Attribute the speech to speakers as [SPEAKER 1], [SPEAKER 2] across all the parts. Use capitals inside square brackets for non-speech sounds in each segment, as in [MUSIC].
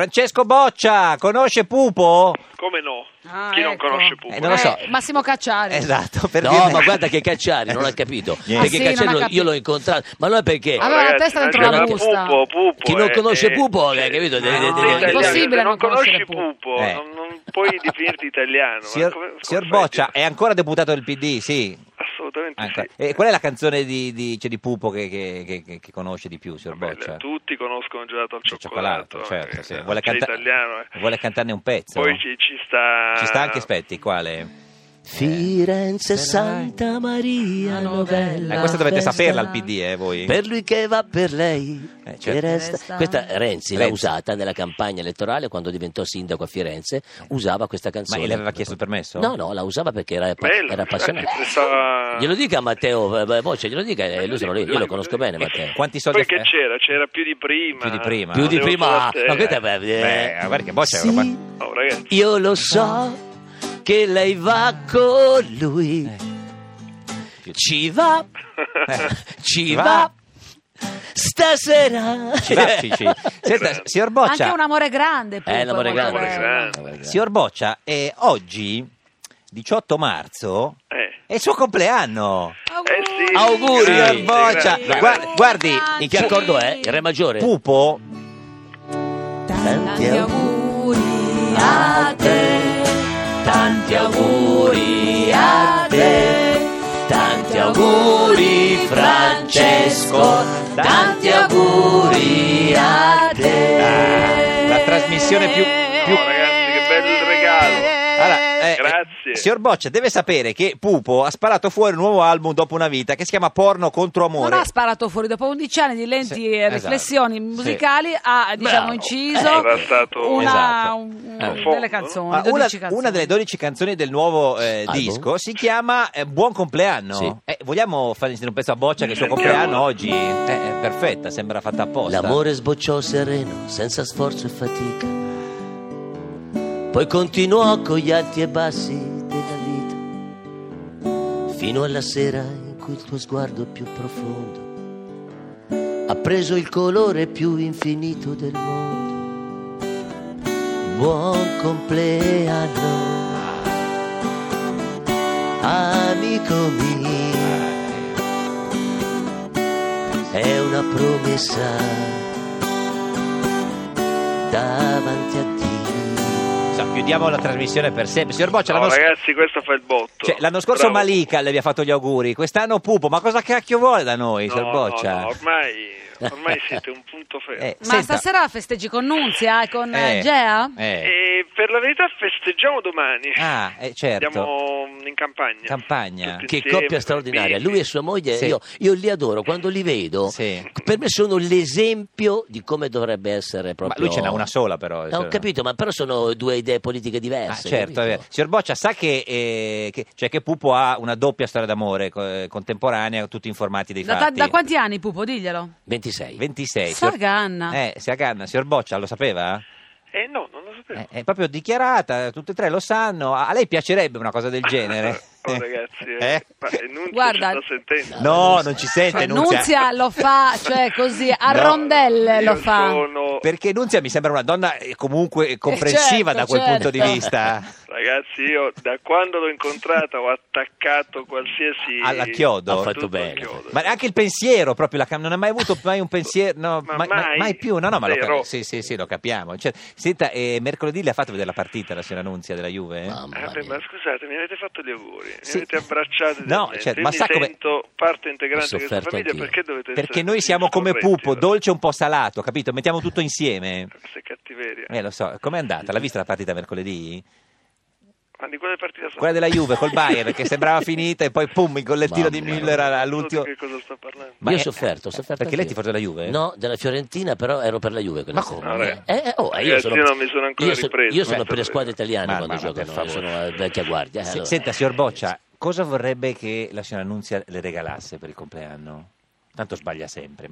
[SPEAKER 1] Francesco Boccia, conosce Pupo?
[SPEAKER 2] Come no?
[SPEAKER 3] Ah,
[SPEAKER 2] Chi non
[SPEAKER 3] ecco.
[SPEAKER 2] conosce Pupo?
[SPEAKER 1] Eh, non lo so.
[SPEAKER 3] Eh, Massimo Cacciari.
[SPEAKER 1] Esatto, per
[SPEAKER 4] No,
[SPEAKER 1] dirne-
[SPEAKER 4] ma
[SPEAKER 2] Eh,
[SPEAKER 4] guarda che Cacciari
[SPEAKER 1] [LAUGHS]
[SPEAKER 4] non ha capito.
[SPEAKER 3] Ah,
[SPEAKER 4] perché
[SPEAKER 3] sì, non
[SPEAKER 4] Cacciari
[SPEAKER 3] ha
[SPEAKER 4] lo-
[SPEAKER 3] capito. Ah.
[SPEAKER 4] io l'ho incontrato, ma allora perché?
[SPEAKER 3] Allora, la testa dentro
[SPEAKER 4] la
[SPEAKER 2] ragazzi,
[SPEAKER 3] busta.
[SPEAKER 2] Pupo, Pupo,
[SPEAKER 4] Chi non
[SPEAKER 2] eh,
[SPEAKER 4] conosce
[SPEAKER 2] eh,
[SPEAKER 4] Pupo, eh,
[SPEAKER 2] sì.
[SPEAKER 4] capito?
[SPEAKER 3] No,
[SPEAKER 4] Deve-
[SPEAKER 3] è
[SPEAKER 4] deve- deve-
[SPEAKER 3] impossibile
[SPEAKER 2] Se non
[SPEAKER 3] non conosci
[SPEAKER 2] conosci
[SPEAKER 3] Pupo.
[SPEAKER 2] Pupo,
[SPEAKER 1] Eh.
[SPEAKER 2] non, non puoi definirti italiano.
[SPEAKER 1] Signor,
[SPEAKER 2] Ma come- come
[SPEAKER 1] signor
[SPEAKER 2] fai a
[SPEAKER 1] Boccia, Ah, eh,
[SPEAKER 2] dire?
[SPEAKER 1] è ancora deputato del PD, sì.
[SPEAKER 2] Assolutamente
[SPEAKER 1] Ancora.
[SPEAKER 2] sì.
[SPEAKER 1] E qual è la canzone di, di- cioè, di Pupo che, che- che- che- che conosce di più, signor
[SPEAKER 2] Vabbè,
[SPEAKER 1] Boccia?
[SPEAKER 2] Tutti conoscono gelato al
[SPEAKER 1] Il
[SPEAKER 2] cioccolato.
[SPEAKER 1] certo.
[SPEAKER 2] eh,
[SPEAKER 1] sì.
[SPEAKER 2] non
[SPEAKER 1] Vuole,
[SPEAKER 2] sei
[SPEAKER 1] canta-
[SPEAKER 2] italiano. eh.
[SPEAKER 1] vuole cantarne un pezzo?
[SPEAKER 2] Poi ci, ci sta...
[SPEAKER 1] Ci sta anche, aspetti, quale?
[SPEAKER 4] Firenze Santa Maria
[SPEAKER 3] Una novella.
[SPEAKER 4] novella.
[SPEAKER 1] Eh, questa dovete
[SPEAKER 4] festa
[SPEAKER 1] saperla al PD, eh, voi.
[SPEAKER 4] Per lui che va per lei.
[SPEAKER 1] Eh, certo.
[SPEAKER 4] che resta-
[SPEAKER 3] Resta-
[SPEAKER 4] Questa Renzi l'ha
[SPEAKER 1] Renzi.
[SPEAKER 4] usata nella campagna elettorale quando diventò sindaco a Firenze, usava questa
[SPEAKER 1] Ma
[SPEAKER 4] canzone.
[SPEAKER 1] le aveva chiesto il permesso?
[SPEAKER 4] eh, No, no, la usava perché era,
[SPEAKER 2] Bello,
[SPEAKER 4] era appassionato.
[SPEAKER 2] anzi, pensava-
[SPEAKER 4] Glielo dica a Matteo eh, beh, Boccia, glielo dica, eh, lui se lo- io lo conosco bene Matteo.
[SPEAKER 1] Quanti soldi
[SPEAKER 2] Poi
[SPEAKER 1] ha
[SPEAKER 2] che
[SPEAKER 1] eh?
[SPEAKER 2] c'era? C'era più di prima.
[SPEAKER 1] Più di prima.
[SPEAKER 4] Più di
[SPEAKER 2] Devo
[SPEAKER 4] prima,
[SPEAKER 2] dire a te,
[SPEAKER 4] ma questa
[SPEAKER 2] eh.
[SPEAKER 4] è...
[SPEAKER 1] Beh,
[SPEAKER 4] eh,
[SPEAKER 1] guarda che Boccia è
[SPEAKER 4] sì.
[SPEAKER 1] una-
[SPEAKER 2] Oh, ragazzi.
[SPEAKER 4] Io lo so che lei va con lui. Ci va,
[SPEAKER 1] Eh,
[SPEAKER 4] ci
[SPEAKER 1] Va.
[SPEAKER 4] va. Stasera.
[SPEAKER 1] Ci va, ci-
[SPEAKER 4] [LAUGHS]
[SPEAKER 1] ci- Senta, signor Boccia,
[SPEAKER 3] Anche un amore grande. Pupo,
[SPEAKER 4] Eh, l'amore
[SPEAKER 3] è
[SPEAKER 4] grande.
[SPEAKER 3] molto
[SPEAKER 2] L'amore
[SPEAKER 3] bello.
[SPEAKER 2] grande.
[SPEAKER 1] signor Boccia, eh, oggi, 18 marzo,
[SPEAKER 2] Eh.
[SPEAKER 1] è il suo compleanno.
[SPEAKER 2] Eh sì.
[SPEAKER 4] Auguri,
[SPEAKER 1] Signor
[SPEAKER 4] Grazie,
[SPEAKER 1] Boccia,
[SPEAKER 2] grazie.
[SPEAKER 1] Guarda- guardi,
[SPEAKER 4] In che accordo è? Il Re maggiore?
[SPEAKER 1] Pupo
[SPEAKER 3] Eh?
[SPEAKER 4] Tanti
[SPEAKER 3] auguri a te,
[SPEAKER 4] tanti auguri a te, tanti auguri Francesco, tanti auguri a
[SPEAKER 3] Ah,
[SPEAKER 4] te.
[SPEAKER 1] la trasmissione più- più-
[SPEAKER 2] Oh, ragazzi, che bel regalo.
[SPEAKER 1] Allora, eh,
[SPEAKER 2] Grazie.
[SPEAKER 1] Signor Boccia deve sapere che Pupo ha sparato fuori un nuovo album dopo una vita che si chiama Porno contro
[SPEAKER 3] Non
[SPEAKER 1] amore.
[SPEAKER 3] ha sparato fuori dopo 11 anni di lenti
[SPEAKER 1] Sì,
[SPEAKER 3] eh,
[SPEAKER 1] esatto.
[SPEAKER 3] riflessioni musicali, ha diciamo
[SPEAKER 4] Bravo.
[SPEAKER 3] inciso
[SPEAKER 2] Era stato-
[SPEAKER 3] una,
[SPEAKER 1] Esatto.
[SPEAKER 3] un-
[SPEAKER 2] Eh.
[SPEAKER 3] delle
[SPEAKER 2] Fondo.
[SPEAKER 3] canzoni,
[SPEAKER 1] Ma Ah, una,
[SPEAKER 3] 12 canzoni.
[SPEAKER 1] una delle 12 canzoni del nuovo eh,
[SPEAKER 4] Album?
[SPEAKER 1] disco si chiama eh, Buon compleanno.
[SPEAKER 4] Sì.
[SPEAKER 1] Eh, vogliamo fargli sentire un pezzo a Boccia che è il suo
[SPEAKER 2] Sentiamo.
[SPEAKER 1] compleanno oggi? Eh, è perfetta, sembra fatta apposta.
[SPEAKER 4] L'amore sbocciò sereno, senza sforzo e fatica. Poi continuò con gli alti e bassi della vita, fino alla sera in cui il tuo sguardo più profondo ha preso il colore più infinito del mondo. Buon compleanno, amico mio è una promessa davanti a Dio.
[SPEAKER 1] Sa, chiudiamo la trasmissione per sempre. Signor Boccia,
[SPEAKER 2] No,
[SPEAKER 1] l'anno, sc-
[SPEAKER 2] Oh, ragazzi, questo fa il botto.
[SPEAKER 1] cioè, l'anno scorso
[SPEAKER 2] Bravo.
[SPEAKER 1] Malika le aveva fatto gli auguri, quest'anno Pupo. Ma cosa cacchio vuole da noi,
[SPEAKER 2] No,
[SPEAKER 1] signor Boccia?
[SPEAKER 2] no, no, ormai, ormai
[SPEAKER 1] [LAUGHS]
[SPEAKER 2] siete un punto fermo.
[SPEAKER 1] Eh,
[SPEAKER 3] Ma
[SPEAKER 1] senta.
[SPEAKER 3] stasera festeggi con Nunzia e con eh,
[SPEAKER 1] Eh,
[SPEAKER 3] Gea?
[SPEAKER 1] eh.
[SPEAKER 2] E per la verità festeggiamo domani.
[SPEAKER 1] Ah, eh, certo.
[SPEAKER 2] Andiamo in campagna.
[SPEAKER 1] Campagna.
[SPEAKER 2] Tutti
[SPEAKER 4] Che
[SPEAKER 2] insieme,
[SPEAKER 4] coppia straordinaria,
[SPEAKER 2] bambini.
[SPEAKER 4] lui e sua moglie,
[SPEAKER 1] Sì.
[SPEAKER 4] io, io li adoro, quando li vedo,
[SPEAKER 1] Sì.
[SPEAKER 4] per me sono l'esempio di come dovrebbe essere
[SPEAKER 1] Ma
[SPEAKER 4] proprio...
[SPEAKER 1] lui ce n'ha una sola, però. cioè.
[SPEAKER 4] Eh, Ho capito, ma però sono due idee politiche
[SPEAKER 3] eh,
[SPEAKER 1] Ah,
[SPEAKER 4] diverse.
[SPEAKER 1] certo, è
[SPEAKER 4] capito?
[SPEAKER 1] vero. Signor Boccia, sa che, eh, che- cioè che Pupo ha una doppia storia d'amore co- eh, contemporanea, tutti informati dei
[SPEAKER 3] Da, da-
[SPEAKER 1] fatti.
[SPEAKER 3] da quanti anni Pupo, diglielo?
[SPEAKER 4] 26.
[SPEAKER 1] 26. signor-
[SPEAKER 3] Saganna.
[SPEAKER 1] Eh, Saganna. Signor Boccia, lo sapeva?
[SPEAKER 2] Eh no, non lo sapevo.
[SPEAKER 1] Eh, è proprio dichiarata, tutte e tre lo sanno. A a lei piacerebbe una cosa
[SPEAKER 2] [LAUGHS]
[SPEAKER 1] del genere?
[SPEAKER 2] oh ragazzi, eh.
[SPEAKER 1] Eh?
[SPEAKER 2] ma Nunzio
[SPEAKER 3] Guarda-
[SPEAKER 2] ci sta sentendo.
[SPEAKER 1] No, non ci
[SPEAKER 2] Cioè,
[SPEAKER 1] sente, Nunzia.
[SPEAKER 3] Nunzia lo fa, cioè così, a
[SPEAKER 1] No,
[SPEAKER 3] rondelle lo
[SPEAKER 2] Io
[SPEAKER 3] fa.
[SPEAKER 2] sono-
[SPEAKER 1] Perché Nunzia mi sembra una donna eh, comunque comprensiva
[SPEAKER 3] certo,
[SPEAKER 1] da quel punto di
[SPEAKER 3] certo.
[SPEAKER 1] vista.
[SPEAKER 2] Ragazzi, io da quando l'ho incontrata ho attaccato qualsiasi...
[SPEAKER 1] Alla chiodo.
[SPEAKER 4] Ha fatto
[SPEAKER 2] tutto al
[SPEAKER 4] bene.
[SPEAKER 2] chiodo.
[SPEAKER 1] Ma anche il pensiero, proprio la cam- non ha mai avuto mai un pensiero, no,
[SPEAKER 2] Ma
[SPEAKER 1] mai, mai-
[SPEAKER 2] mai?
[SPEAKER 1] mai più, no, no, ma lo,
[SPEAKER 2] Zero.
[SPEAKER 1] cap- sì, sì, sì, lo capiamo. Cioè, senta, eh, mercoledì le ha fatto vedere la partita la signora Nunzia della Juve? eh?
[SPEAKER 4] Mamma
[SPEAKER 2] Ah, beh,
[SPEAKER 4] mia.
[SPEAKER 2] ma scusate, mi avete fatto gli auguri,
[SPEAKER 1] Sì.
[SPEAKER 2] mi avete abbracciato.
[SPEAKER 1] No,
[SPEAKER 2] veramente.
[SPEAKER 1] certo,
[SPEAKER 2] Io
[SPEAKER 1] ma
[SPEAKER 2] mi
[SPEAKER 1] sa come-
[SPEAKER 2] sento parte integrante
[SPEAKER 4] Ho
[SPEAKER 2] di questa
[SPEAKER 4] sofferto
[SPEAKER 2] famiglia
[SPEAKER 4] anch'io.
[SPEAKER 2] perché dovete
[SPEAKER 1] Perché
[SPEAKER 2] essere
[SPEAKER 1] noi siamo come
[SPEAKER 2] scorretti,
[SPEAKER 1] Pupo,
[SPEAKER 2] va?
[SPEAKER 1] dolce un po' salato, capito? Mettiamo tutto insieme.
[SPEAKER 2] Questa è cattiveria.
[SPEAKER 1] Eh, lo so, com'è andata? L'ha vista la partita mercoledì?
[SPEAKER 2] Ma di quale partita sono?
[SPEAKER 1] Quella della Juve col Bayern che
[SPEAKER 2] [LAUGHS]
[SPEAKER 1] sembrava finita e poi pum, il gollettino di
[SPEAKER 4] Mamma mia.
[SPEAKER 1] Müller all'ultimo.
[SPEAKER 2] Non so di che cosa sto parlando.
[SPEAKER 4] Io
[SPEAKER 1] eh,
[SPEAKER 4] ho sofferto, ho sofferto.
[SPEAKER 1] Perché lei ti
[SPEAKER 4] anch'io.
[SPEAKER 1] forza la Juve?
[SPEAKER 4] No, della Fiorentina, però ero per la Juve quella
[SPEAKER 1] Ma
[SPEAKER 4] sera.
[SPEAKER 2] come? Vabbè.
[SPEAKER 4] Eh, eh, oh, eh, io,
[SPEAKER 2] Ragazzi,
[SPEAKER 4] sono,
[SPEAKER 2] io non mi sono ancora
[SPEAKER 4] io so-
[SPEAKER 2] ripreso.
[SPEAKER 4] io sono
[SPEAKER 2] Aspetta,
[SPEAKER 4] per le squadre italiane
[SPEAKER 1] Ma-
[SPEAKER 4] quando
[SPEAKER 1] ma- ma
[SPEAKER 4] giocano,
[SPEAKER 1] per
[SPEAKER 4] io
[SPEAKER 1] favore.
[SPEAKER 4] sono eh, vecchia guardia. eh,
[SPEAKER 1] Se-
[SPEAKER 4] allora.
[SPEAKER 1] Senta, signor Boccia, cosa vorrebbe che la signora Nunzia le regalasse per il compleanno? Tanto sbaglia
[SPEAKER 2] [LAUGHS]
[SPEAKER 1] sempre.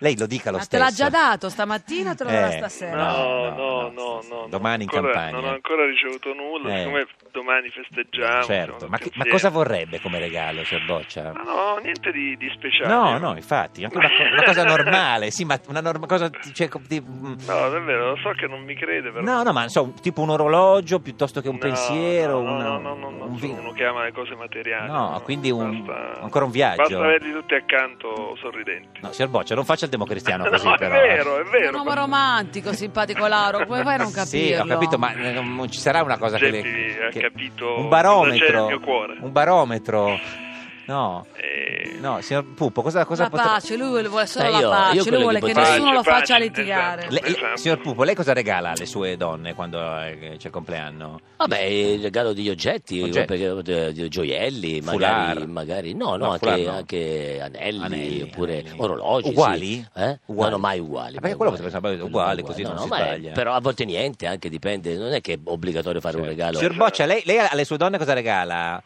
[SPEAKER 1] Lei lo dica lo
[SPEAKER 3] Ma te
[SPEAKER 1] stesso.
[SPEAKER 3] l'ha già dato stamattina, te lo darà
[SPEAKER 1] Eh,
[SPEAKER 3] stasera.
[SPEAKER 1] [LAUGHS] No,
[SPEAKER 2] No,
[SPEAKER 1] no,
[SPEAKER 2] no,
[SPEAKER 1] no,
[SPEAKER 2] no,
[SPEAKER 1] sì, sì.
[SPEAKER 2] no.
[SPEAKER 1] Domani in
[SPEAKER 2] ancora-
[SPEAKER 1] campagna.
[SPEAKER 2] Non ho ancora ricevuto nulla,
[SPEAKER 1] Eh.
[SPEAKER 2] siccome domani festeggiamo.
[SPEAKER 1] Certo,
[SPEAKER 2] siamo
[SPEAKER 1] ma,
[SPEAKER 2] tutti
[SPEAKER 1] che- ma
[SPEAKER 2] insieme.
[SPEAKER 1] cosa vorrebbe come regalo, signor Boccia?
[SPEAKER 2] Ma cioè, no, niente di, di speciale.
[SPEAKER 1] No, no, infatti, anche una, co- una
[SPEAKER 2] [LAUGHS]
[SPEAKER 1] cosa normale, sì, ma una norma- cosa... Cioè, co- di- mm.
[SPEAKER 2] No, davvero, lo so che non mi crede, però.
[SPEAKER 1] no, no, ma insomma, tipo un orologio piuttosto che un
[SPEAKER 2] No,
[SPEAKER 1] pensiero,
[SPEAKER 2] no,
[SPEAKER 1] una-
[SPEAKER 2] no, no, no, no,
[SPEAKER 1] un vi-
[SPEAKER 2] uno che ama le cose materiali.
[SPEAKER 1] No, quindi un- ancora un
[SPEAKER 2] Basta
[SPEAKER 1] viaggio.
[SPEAKER 2] averli tutti accanto sorridenti.
[SPEAKER 1] No, signor Boccia, non faccia il democristiano così,
[SPEAKER 2] [LAUGHS] No, è
[SPEAKER 1] però. eh.
[SPEAKER 2] vero, eh. è
[SPEAKER 3] È
[SPEAKER 2] vero.
[SPEAKER 3] un uomo romantico, simpatico Lauro, come fai a non capirlo?
[SPEAKER 1] Sì, ho capito, ma eh, non non ci sarà una cosa che, le-
[SPEAKER 2] Geppi ha
[SPEAKER 1] che-
[SPEAKER 2] eh, capito
[SPEAKER 1] un
[SPEAKER 2] cosa c'è
[SPEAKER 1] barometro,
[SPEAKER 2] nel mio cuore.
[SPEAKER 1] un barometro. No,
[SPEAKER 2] Eh,
[SPEAKER 1] no, signor Pupo, cosa, cosa
[SPEAKER 3] la
[SPEAKER 1] potre-
[SPEAKER 3] pace, lui vuole solo
[SPEAKER 4] Eh,
[SPEAKER 3] la
[SPEAKER 4] io-
[SPEAKER 3] pace,
[SPEAKER 4] io
[SPEAKER 3] lui
[SPEAKER 4] quello
[SPEAKER 3] vuole
[SPEAKER 4] che
[SPEAKER 3] che
[SPEAKER 4] potrei-
[SPEAKER 3] nessuno lo
[SPEAKER 2] Pace,
[SPEAKER 3] faccia
[SPEAKER 2] pace,
[SPEAKER 3] litigare.
[SPEAKER 2] esatto.
[SPEAKER 1] Le- le-
[SPEAKER 2] Esatto.
[SPEAKER 1] signor Pupo, lei cosa regala alle sue donne quando eh, c'è il compleanno?
[SPEAKER 4] Vabbè, il regalo degli oggetti,
[SPEAKER 1] Oggetti.
[SPEAKER 4] perché- di gioielli,
[SPEAKER 1] Foulard.
[SPEAKER 4] magari, magari- no, no,
[SPEAKER 1] No,
[SPEAKER 4] anche,
[SPEAKER 1] foulard no.
[SPEAKER 4] anche anelli,
[SPEAKER 1] Anelli,
[SPEAKER 4] oppure
[SPEAKER 1] anelli.
[SPEAKER 4] orologi.
[SPEAKER 1] Uguali?
[SPEAKER 4] sì. Eh?
[SPEAKER 1] Uguali.
[SPEAKER 4] No, no, mai uguali.
[SPEAKER 1] Ah, perché
[SPEAKER 4] mai
[SPEAKER 1] quello potrebbe sembrare
[SPEAKER 4] Quello
[SPEAKER 1] uguale, così non si
[SPEAKER 4] ma è-
[SPEAKER 1] sbaglia.
[SPEAKER 4] Però a volte niente, anche dipende, non è che è obbligatorio fare Cioè, un
[SPEAKER 1] Certo.
[SPEAKER 4] regalo.
[SPEAKER 1] Signor Boccia, lei, lei alle sue donne cosa regala?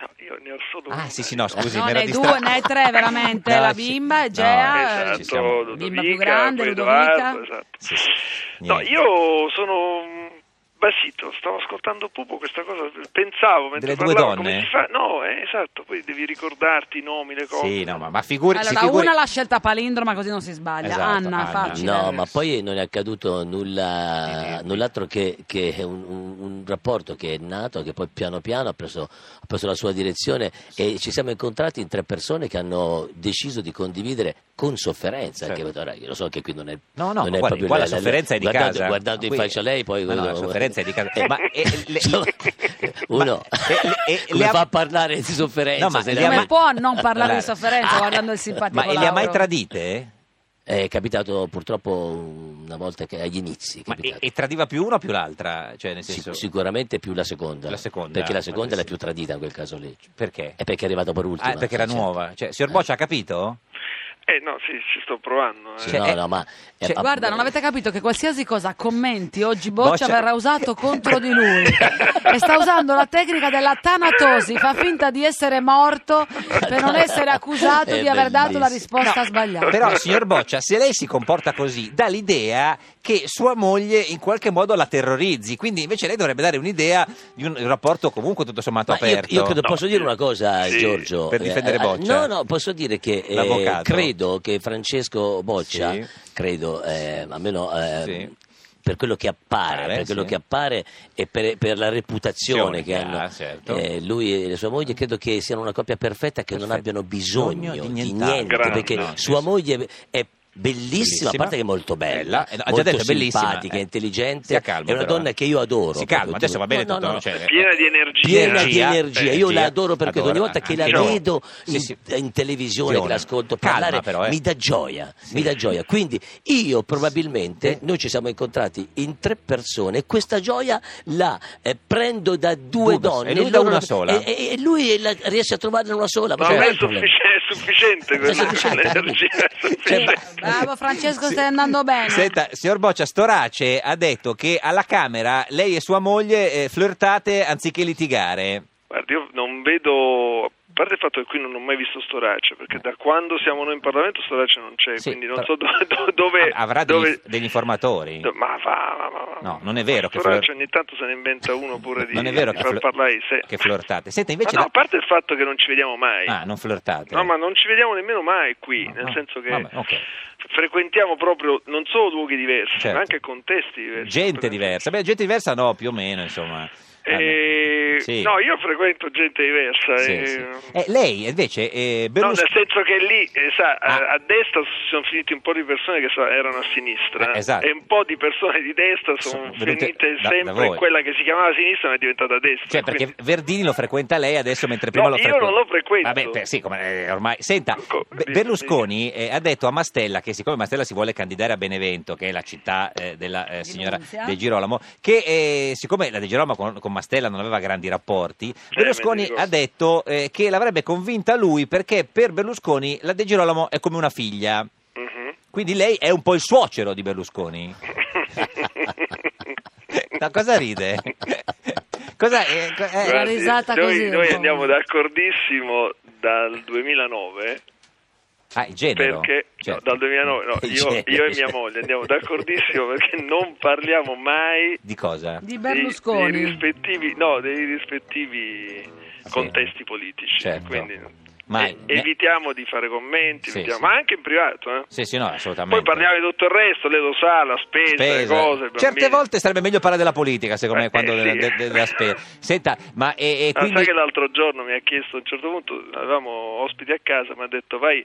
[SPEAKER 2] no, io ne ho solo
[SPEAKER 1] Ah,
[SPEAKER 2] una.
[SPEAKER 1] sì, sì, no, scusi,
[SPEAKER 3] No,
[SPEAKER 1] mi ero
[SPEAKER 3] ne hai
[SPEAKER 1] distratto.
[SPEAKER 3] due, ne hai tre veramente,
[SPEAKER 1] No,
[SPEAKER 3] la
[SPEAKER 1] sì.
[SPEAKER 3] bimba,
[SPEAKER 1] No,
[SPEAKER 3] Gea,
[SPEAKER 1] ci
[SPEAKER 2] Esatto,
[SPEAKER 1] siamo.
[SPEAKER 3] Bimba Ah, più
[SPEAKER 2] Ludovica,
[SPEAKER 3] grande,
[SPEAKER 2] poi
[SPEAKER 3] Ludovica.
[SPEAKER 2] Edoardo, esatto.
[SPEAKER 1] Sì, sì,
[SPEAKER 2] No,
[SPEAKER 1] niente.
[SPEAKER 2] io sono mh, basito, stavo ascoltando Pupo questa cosa, pensavo mentre
[SPEAKER 1] Delle due
[SPEAKER 2] parlavo
[SPEAKER 1] donne?
[SPEAKER 2] come si fa. No, eh, esatto, poi devi ricordarti i nomi, le cose.
[SPEAKER 1] Sì, no, ma, ma figuri, si
[SPEAKER 3] Allora,
[SPEAKER 1] figuri-
[SPEAKER 3] una l'ha scelta palindroma così non si sbaglia.
[SPEAKER 1] Esatto,
[SPEAKER 3] Anna,
[SPEAKER 1] Anna.
[SPEAKER 3] è facile.
[SPEAKER 4] No, ma poi non è accaduto nulla,
[SPEAKER 1] Niente.
[SPEAKER 4] null'altro che, che un, un- un rapporto che è nato, che poi piano piano ha preso, ha preso la sua direzione e ci siamo incontrati in tre persone che hanno deciso di condividere con sofferenza.
[SPEAKER 1] Certo.
[SPEAKER 4] anche- ora, io lo so che qui non è,
[SPEAKER 1] No, no,
[SPEAKER 4] non
[SPEAKER 1] ma
[SPEAKER 4] è
[SPEAKER 1] guarda,
[SPEAKER 4] proprio
[SPEAKER 1] qua la sofferenza è di
[SPEAKER 4] guardando,
[SPEAKER 1] casa.
[SPEAKER 4] Guardando in
[SPEAKER 1] Qui-
[SPEAKER 4] faccia lei, poi. Cioè,
[SPEAKER 1] Ma no, la
[SPEAKER 4] [LAUGHS]
[SPEAKER 1] sofferenza è di casa. Eh, ma- e- le-
[SPEAKER 4] uno
[SPEAKER 1] Ma- e- e- e-
[SPEAKER 4] [LAUGHS] come
[SPEAKER 1] le ha-
[SPEAKER 4] fa a parlare di sofferenza?
[SPEAKER 1] eh, No, ma
[SPEAKER 4] se
[SPEAKER 1] le
[SPEAKER 4] ne
[SPEAKER 1] ha
[SPEAKER 4] va-
[SPEAKER 3] Come
[SPEAKER 1] mai-
[SPEAKER 3] può non parlare di
[SPEAKER 1] Allora-
[SPEAKER 3] sofferenza guardando il
[SPEAKER 1] [LAUGHS]
[SPEAKER 3] simpatico
[SPEAKER 1] Ma e le ha mai
[SPEAKER 3] Lauro?
[SPEAKER 1] tradite?
[SPEAKER 4] È capitato purtroppo una volta che agli inizi. è
[SPEAKER 1] Ma e,
[SPEAKER 4] capitato.
[SPEAKER 1] e tradiva più una o più l'altra? Cioè, nel
[SPEAKER 4] Sic-
[SPEAKER 1] senso,
[SPEAKER 4] sicuramente più la seconda,
[SPEAKER 1] La seconda,
[SPEAKER 4] perché
[SPEAKER 1] ma
[SPEAKER 4] la seconda è la
[SPEAKER 1] sì.
[SPEAKER 4] più tradita in quel caso lì.
[SPEAKER 1] perché?
[SPEAKER 4] È perché è arrivata per ultima.
[SPEAKER 1] Ah, perché era
[SPEAKER 4] sì, certo.
[SPEAKER 1] nuova. Cioè, signor Boccia ha capito?
[SPEAKER 2] Eh no, sì, ci sto provando. eh.
[SPEAKER 4] Sì,
[SPEAKER 1] Cioè,
[SPEAKER 4] no,
[SPEAKER 1] è-
[SPEAKER 4] no, ma
[SPEAKER 1] cioè,
[SPEAKER 4] ma-
[SPEAKER 3] Guarda, non avete capito che qualsiasi cosa commenti oggi Boccia,
[SPEAKER 1] Boccia-
[SPEAKER 3] verrà usato contro di lui. e sta usando la tecnica della tanatosi, fa finta di essere morto per non essere accusato
[SPEAKER 4] È
[SPEAKER 3] di aver dato la
[SPEAKER 4] bellissimo.
[SPEAKER 3] risposta sbagliata.
[SPEAKER 1] Però, signor Boccia, se lei si comporta così, dà l'idea che sua moglie in qualche modo la terrorizzi. Quindi, invece, lei dovrebbe dare un'idea di un, un rapporto comunque tutto sommato
[SPEAKER 4] ma io,
[SPEAKER 1] aperto.
[SPEAKER 4] io credo,
[SPEAKER 2] No,
[SPEAKER 4] posso dire una cosa,
[SPEAKER 2] sì,
[SPEAKER 4] Giorgio?
[SPEAKER 1] per difendere
[SPEAKER 4] Eh, eh,
[SPEAKER 1] Boccia.
[SPEAKER 4] No, no, posso dire che eh,
[SPEAKER 1] L'avvocato.
[SPEAKER 4] credo che Francesco Boccia,
[SPEAKER 1] Sì.
[SPEAKER 4] credo, eh, almeno eh,
[SPEAKER 1] Sì.
[SPEAKER 4] per quello che appare,
[SPEAKER 1] Pare,
[SPEAKER 4] per quello
[SPEAKER 1] sì.
[SPEAKER 4] che appare e per, per la reputazione
[SPEAKER 1] Sì,
[SPEAKER 4] che
[SPEAKER 1] ah,
[SPEAKER 4] hanno
[SPEAKER 1] certo.
[SPEAKER 4] eh, lui e sua moglie, credo che siano una coppia perfetta che non
[SPEAKER 1] Perfetto.
[SPEAKER 4] abbiano
[SPEAKER 1] Bisogno
[SPEAKER 4] bisogno di
[SPEAKER 1] di
[SPEAKER 4] niente,
[SPEAKER 1] nient'altro.
[SPEAKER 4] perché
[SPEAKER 2] Grande.
[SPEAKER 4] sua
[SPEAKER 1] Sì, sì.
[SPEAKER 4] moglie è
[SPEAKER 1] Bellissima.
[SPEAKER 4] bellissima, a parte che è molto bella,
[SPEAKER 1] Bella. Eh, no, ha già
[SPEAKER 4] molto
[SPEAKER 1] detto, è bellissima.
[SPEAKER 4] simpatica,
[SPEAKER 1] Eh.
[SPEAKER 4] intelligente,
[SPEAKER 1] Stia calmo,
[SPEAKER 4] è una
[SPEAKER 1] però,
[SPEAKER 4] donna
[SPEAKER 1] eh.
[SPEAKER 4] che io adoro.
[SPEAKER 1] Si calma,
[SPEAKER 4] proprio.
[SPEAKER 1] adesso va bene
[SPEAKER 4] No, no,
[SPEAKER 1] tutto.
[SPEAKER 4] no.
[SPEAKER 1] cioè,
[SPEAKER 2] Piena di energia.
[SPEAKER 4] piena di energia. Io la adoro perché
[SPEAKER 1] adoro,
[SPEAKER 4] ogni volta che la
[SPEAKER 1] anche noi.
[SPEAKER 4] vedo in,
[SPEAKER 1] Sì, sì.
[SPEAKER 4] in televisione,
[SPEAKER 1] Giona.
[SPEAKER 4] che l'ascolto
[SPEAKER 1] Calma,
[SPEAKER 4] parlare,
[SPEAKER 1] però, eh.
[SPEAKER 4] mi dà gioia, mi dà gioia. Quindi io probabilmente, noi ci siamo incontrati in tre persone e questa gioia la eh, prendo da
[SPEAKER 1] Due
[SPEAKER 4] due
[SPEAKER 1] persone,
[SPEAKER 4] donne.
[SPEAKER 1] e lui da
[SPEAKER 4] loro-
[SPEAKER 1] una sola.
[SPEAKER 4] E, e- e lui la riesce a trovarne una sola.
[SPEAKER 2] Ma a
[SPEAKER 4] ma non
[SPEAKER 2] me
[SPEAKER 4] è
[SPEAKER 2] Cioè, è
[SPEAKER 4] il problema.
[SPEAKER 2] suffici- è sufficiente
[SPEAKER 4] È
[SPEAKER 2] quella
[SPEAKER 4] sufficiente.
[SPEAKER 2] l'energia, è sufficiente.
[SPEAKER 3] Bravo Francesco, stai andando bene.
[SPEAKER 1] Senta, signor Boccia, Storace ha detto che alla Camera lei e sua moglie eh, flirtate anziché litigare.
[SPEAKER 2] Guarda, io non vedo, a parte il fatto che qui non ho mai visto Storace, perché da quando siamo noi in Parlamento Storace non c'è,
[SPEAKER 1] Sì,
[SPEAKER 2] quindi non
[SPEAKER 1] però-
[SPEAKER 2] so do- do- dove...
[SPEAKER 1] Ah, Avrà degli,
[SPEAKER 2] dove-
[SPEAKER 1] degli informatori.
[SPEAKER 2] do- ma va, ma va, ma va.
[SPEAKER 1] No, non è vero che
[SPEAKER 2] Storace
[SPEAKER 1] flor-
[SPEAKER 2] ogni tanto se ne inventa uno pure di,
[SPEAKER 1] non è vero
[SPEAKER 2] di
[SPEAKER 1] che,
[SPEAKER 2] far
[SPEAKER 1] flir-
[SPEAKER 2] parlare di sé.
[SPEAKER 1] che flirtate. Senta, invece
[SPEAKER 2] Ma no,
[SPEAKER 1] la-
[SPEAKER 2] a parte il fatto che non ci vediamo mai.
[SPEAKER 1] Ah, non flirtate.
[SPEAKER 2] eh, No, ma non ci vediamo nemmeno mai qui,
[SPEAKER 1] Ah,
[SPEAKER 2] nel
[SPEAKER 1] ah,
[SPEAKER 2] senso che
[SPEAKER 1] vabbè, ok.
[SPEAKER 2] frequentiamo proprio non solo luoghi diversi,
[SPEAKER 1] Certo.
[SPEAKER 2] ma anche contesti diversi.
[SPEAKER 1] Gente
[SPEAKER 2] Per-
[SPEAKER 1] diversa. Beh, gente diversa no, più o meno, insomma.
[SPEAKER 2] Eh,
[SPEAKER 1] Ah, sì.
[SPEAKER 2] No, io frequento gente diversa.
[SPEAKER 1] Sì,
[SPEAKER 2] eh,
[SPEAKER 1] sì. Eh, lei invece eh,
[SPEAKER 2] No,
[SPEAKER 1] Berlusconi
[SPEAKER 2] nel senso che lì, eh, sa,
[SPEAKER 1] Ah.
[SPEAKER 2] a, a destra sono finiti un po' di persone che sa- erano a sinistra
[SPEAKER 1] Eh, esatto.
[SPEAKER 2] e un po' di persone di destra sono,
[SPEAKER 1] Sono venute
[SPEAKER 2] finite
[SPEAKER 1] da- da
[SPEAKER 2] sempre in
[SPEAKER 1] voi.
[SPEAKER 2] quella che si chiamava sinistra ma è diventata destra.
[SPEAKER 1] Cioè, perché
[SPEAKER 2] quindi-
[SPEAKER 1] Verdini lo frequenta lei adesso, mentre prima
[SPEAKER 2] No,
[SPEAKER 1] lo
[SPEAKER 2] io
[SPEAKER 1] frequenta.
[SPEAKER 2] non lo frequento.
[SPEAKER 1] Vabbè, per- sì, come, eh, ormai. Senta,
[SPEAKER 2] Co-
[SPEAKER 1] Be-
[SPEAKER 2] di-
[SPEAKER 1] Berlusconi eh, ha detto a Mastella che, siccome Mastella si vuole candidare a Benevento, che è la città eh, della eh, signora
[SPEAKER 3] Nunzia.
[SPEAKER 1] De Girolamo, che eh, siccome la De Girolamo con, con Mastella non aveva grandi
[SPEAKER 2] Eh,
[SPEAKER 1] rapporti,
[SPEAKER 2] me
[SPEAKER 1] Berlusconi
[SPEAKER 2] ne ricordo.
[SPEAKER 1] ha detto eh, che l'avrebbe convinta lui perché per Berlusconi la De Girolamo è come una figlia. [LAUGHS]
[SPEAKER 2] Mhm.
[SPEAKER 1] Quindi lei è un po' il suocero di Berlusconi. No, cosa
[SPEAKER 2] [LAUGHS]
[SPEAKER 1] ride? Cosa, eh, co- eh,
[SPEAKER 3] Guarda, una risata
[SPEAKER 2] noi,
[SPEAKER 3] così,
[SPEAKER 2] noi
[SPEAKER 3] no?
[SPEAKER 2] andiamo d'accordissimo dal 2009
[SPEAKER 1] Ah, il genero.
[SPEAKER 2] perché
[SPEAKER 1] Certo.
[SPEAKER 2] no, dal 2009 no,
[SPEAKER 1] [LAUGHS] Il
[SPEAKER 2] io,
[SPEAKER 1] genero,
[SPEAKER 2] io e mia
[SPEAKER 1] certo.
[SPEAKER 2] moglie andiamo d'accordissimo perché non parliamo mai
[SPEAKER 1] Di cosa?
[SPEAKER 3] Di
[SPEAKER 2] dei,
[SPEAKER 3] Berlusconi.
[SPEAKER 2] dei rispettivi no, dei rispettivi
[SPEAKER 1] Sì.
[SPEAKER 2] contesti politici
[SPEAKER 1] Certo.
[SPEAKER 2] quindi
[SPEAKER 1] Ma-
[SPEAKER 2] e- evitiamo di fare commenti
[SPEAKER 1] Sì,
[SPEAKER 2] evitiamo-
[SPEAKER 1] sì.
[SPEAKER 2] ma anche in privato eh.
[SPEAKER 1] Sì, sì, no, assolutamente.
[SPEAKER 2] poi parliamo di tutto il resto lei lo sa la spesa, le
[SPEAKER 1] Spesa.
[SPEAKER 2] cose i
[SPEAKER 1] Certe
[SPEAKER 2] bambini.
[SPEAKER 1] volte sarebbe meglio parlare della politica, secondo me,
[SPEAKER 2] Eh,
[SPEAKER 1] quando
[SPEAKER 2] sì.
[SPEAKER 1] de- de- della spesa. Senta, ma e, e
[SPEAKER 2] Ah,
[SPEAKER 1] quindi...
[SPEAKER 2] sai che l'altro giorno mi ha chiesto a un certo punto avevamo ospiti a casa mi ha detto vai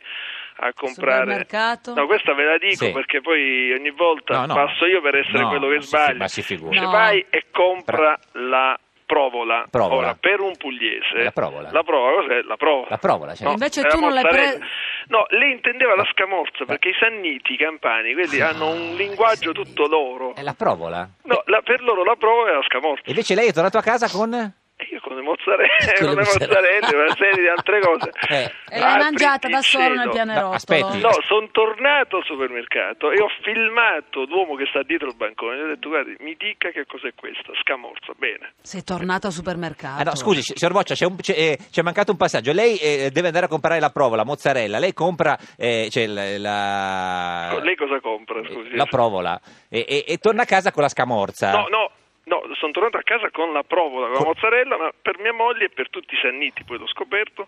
[SPEAKER 2] a comprare
[SPEAKER 3] Supermercato.
[SPEAKER 2] no questa ve la dico
[SPEAKER 1] Sì.
[SPEAKER 2] perché poi ogni volta
[SPEAKER 1] No, no.
[SPEAKER 2] passo io per essere
[SPEAKER 1] No,
[SPEAKER 2] quello che
[SPEAKER 1] ma si-
[SPEAKER 2] sbaglio
[SPEAKER 1] ma si figuri.
[SPEAKER 2] Dice,
[SPEAKER 3] No.
[SPEAKER 2] vai e compra la provola.
[SPEAKER 1] Provola.
[SPEAKER 2] ora per un pugliese
[SPEAKER 1] La provola.
[SPEAKER 2] la provola cos'è? la provola
[SPEAKER 1] La provola, cioè.
[SPEAKER 2] No,
[SPEAKER 3] Invece
[SPEAKER 2] è la
[SPEAKER 3] tu non l'hai
[SPEAKER 2] mozzarella.
[SPEAKER 3] pre-
[SPEAKER 2] No, lei intendeva la
[SPEAKER 1] Eh.
[SPEAKER 2] scamorza perché i sanniti, i campani, quelli
[SPEAKER 1] Ah,
[SPEAKER 2] hanno un linguaggio tutto loro.
[SPEAKER 1] È eh, la provola.
[SPEAKER 2] No, la- per loro la provola è la scamorza.
[SPEAKER 1] E invece lei è tornato a casa con...
[SPEAKER 2] E Eh, Io con le mozzarelle,
[SPEAKER 1] Con
[SPEAKER 2] con
[SPEAKER 1] le
[SPEAKER 2] le mozzarelle, una serie di altre cose.
[SPEAKER 1] [LAUGHS] Eh.
[SPEAKER 3] E l'hai
[SPEAKER 2] Al
[SPEAKER 3] mangiata da solo nel
[SPEAKER 2] Brindisino.
[SPEAKER 3] pianerottolo?
[SPEAKER 1] No, aspetti.
[SPEAKER 2] No, sono tornato al supermercato e ho filmato l'uomo che sta dietro il bancone. Gli ho detto, guardi, mi dica che cos'è questa, scamorza, bene.
[SPEAKER 3] Sei tornato al supermercato.
[SPEAKER 1] Ah, no, scusi, signor Boccia, c'è, un- c'è, eh, c'è mancato un passaggio. Lei eh, deve andare a comprare la provola, mozzarella. Lei compra eh, cioè, l- la...
[SPEAKER 2] Co- Lei cosa compra, scusi?
[SPEAKER 1] Ah. la provola e, e- e torna a casa con la scamorza.
[SPEAKER 2] No, no, no, sono tornato a casa con la provola, con la
[SPEAKER 1] Co-
[SPEAKER 2] mozzarella, ma per mia moglie e per tutti i sanniti, poi l'ho scoperto.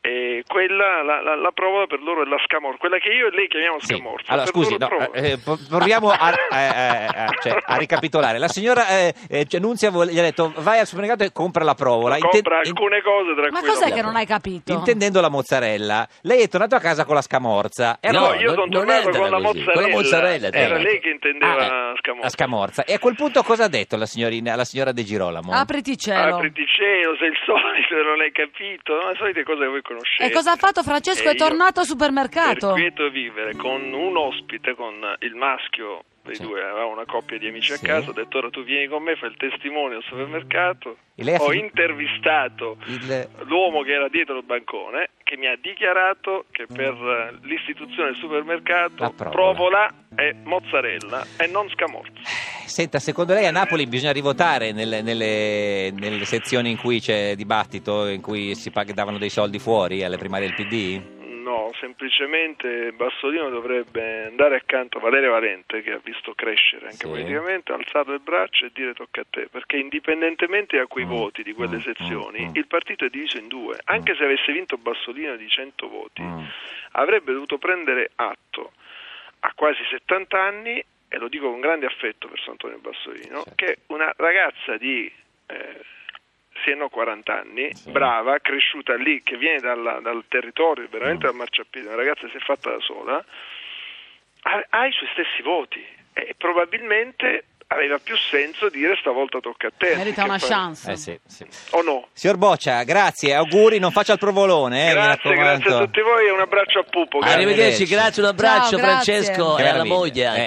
[SPEAKER 2] E quella, la, la- la provola per loro è la scamorza, quella che io e lei chiamiamo
[SPEAKER 1] Sì.
[SPEAKER 2] scamorza.
[SPEAKER 1] Allora,
[SPEAKER 2] per
[SPEAKER 1] scusi,
[SPEAKER 2] loro
[SPEAKER 1] no,
[SPEAKER 2] provola.
[SPEAKER 1] eh, po- proviamo a, eh, eh, eh, cioè,
[SPEAKER 2] [LAUGHS]
[SPEAKER 1] a ricapitolare. La signora eh, eh, cioè, Nunzia vuole- gli ha detto vai al supermercato e compra la provola. Inten-
[SPEAKER 2] compra
[SPEAKER 1] in-
[SPEAKER 2] alcune cose tra
[SPEAKER 3] Ma
[SPEAKER 2] cui
[SPEAKER 3] cos'è
[SPEAKER 2] la-
[SPEAKER 3] che non hai capito?
[SPEAKER 1] Intendendo la mozzarella, lei è tornato a casa con la scamorza. E
[SPEAKER 4] No,
[SPEAKER 1] allora-
[SPEAKER 2] No, io
[SPEAKER 4] non-
[SPEAKER 2] sono
[SPEAKER 4] non
[SPEAKER 2] tornato
[SPEAKER 4] era
[SPEAKER 2] con la
[SPEAKER 4] così,
[SPEAKER 2] mozzarella.
[SPEAKER 4] con la mozzarella,
[SPEAKER 2] Era
[SPEAKER 4] certo.
[SPEAKER 2] lei che intendeva
[SPEAKER 1] Ah, eh, la
[SPEAKER 2] scamorza.
[SPEAKER 1] scamorza. E a quel punto cosa ha detto la signorina, la signora De Girolamo?
[SPEAKER 3] Apriti cielo.
[SPEAKER 2] Apriti cielo, sei il solito, non hai capito. No, le solite cose che voi conoscete.
[SPEAKER 3] E cosa ha fatto Francesco?
[SPEAKER 2] E
[SPEAKER 3] È tornato al
[SPEAKER 2] io,
[SPEAKER 3] supermercato.
[SPEAKER 2] Per quieto vivere con un ospite, con il maschio dei
[SPEAKER 1] Sì.
[SPEAKER 2] due, aveva una coppia di amici
[SPEAKER 1] Sì.
[SPEAKER 2] a casa, ho detto ora tu vieni con me, fai il testimone al supermercato.
[SPEAKER 1] E lei ha
[SPEAKER 2] Ho
[SPEAKER 1] fin-
[SPEAKER 2] intervistato
[SPEAKER 1] Il- eh,
[SPEAKER 2] l'uomo che era dietro il bancone che mi ha dichiarato che per eh, l'istituzione del
[SPEAKER 1] Mm. La
[SPEAKER 2] supermercato
[SPEAKER 1] provola.
[SPEAKER 2] provola e mozzarella e non scamorza.
[SPEAKER 1] Senta, secondo lei a Napoli bisogna rivotare nelle, nelle- nelle sezioni in cui c'è dibattito, in cui si pag- davano dei soldi fuori alle primarie del PD?
[SPEAKER 2] No, semplicemente Bassolino dovrebbe andare accanto a Valeria Valente che ha visto crescere anche
[SPEAKER 1] Sì.
[SPEAKER 2] politicamente, alzare le braccia e dire tocca a te, perché indipendentemente da quei
[SPEAKER 1] Mm,
[SPEAKER 2] voti di quelle
[SPEAKER 1] mm,
[SPEAKER 2] sezioni
[SPEAKER 1] mm, mm.
[SPEAKER 2] il partito è diviso in due, anche se avesse vinto Bassolino di 100 voti
[SPEAKER 1] Mm.
[SPEAKER 2] avrebbe dovuto prendere atto a quasi 70 anni, e lo dico con grande affetto verso Antonio Bassolino,
[SPEAKER 1] Certo.
[SPEAKER 2] che una ragazza di eh, sieno 40 anni,
[SPEAKER 1] Sì.
[SPEAKER 2] brava, cresciuta lì, che viene dalla- dal territorio, veramente
[SPEAKER 1] Mm.
[SPEAKER 2] dal marciapiede, una ragazza che si è fatta da sola, ha, ha i suoi stessi voti e probabilmente aveva più senso dire stavolta tocca a te. anziché
[SPEAKER 3] Merita una
[SPEAKER 2] fare-
[SPEAKER 3] chance.
[SPEAKER 1] Eh sì, sì.
[SPEAKER 2] O no?
[SPEAKER 1] Signor Boccia, grazie, auguri, non faccia il provolone, eh, mi
[SPEAKER 2] grazie,
[SPEAKER 1] raccomando.
[SPEAKER 2] grazie a tutti voi e un abbraccio a Pupo. grazie.
[SPEAKER 1] Arrivederci.
[SPEAKER 4] Arrivederci, grazie, un abbraccio
[SPEAKER 3] Ciao, grazie.
[SPEAKER 4] Francesco
[SPEAKER 1] Che
[SPEAKER 4] e alla
[SPEAKER 1] meraviglia.
[SPEAKER 4] moglie anche.
[SPEAKER 1] Eh,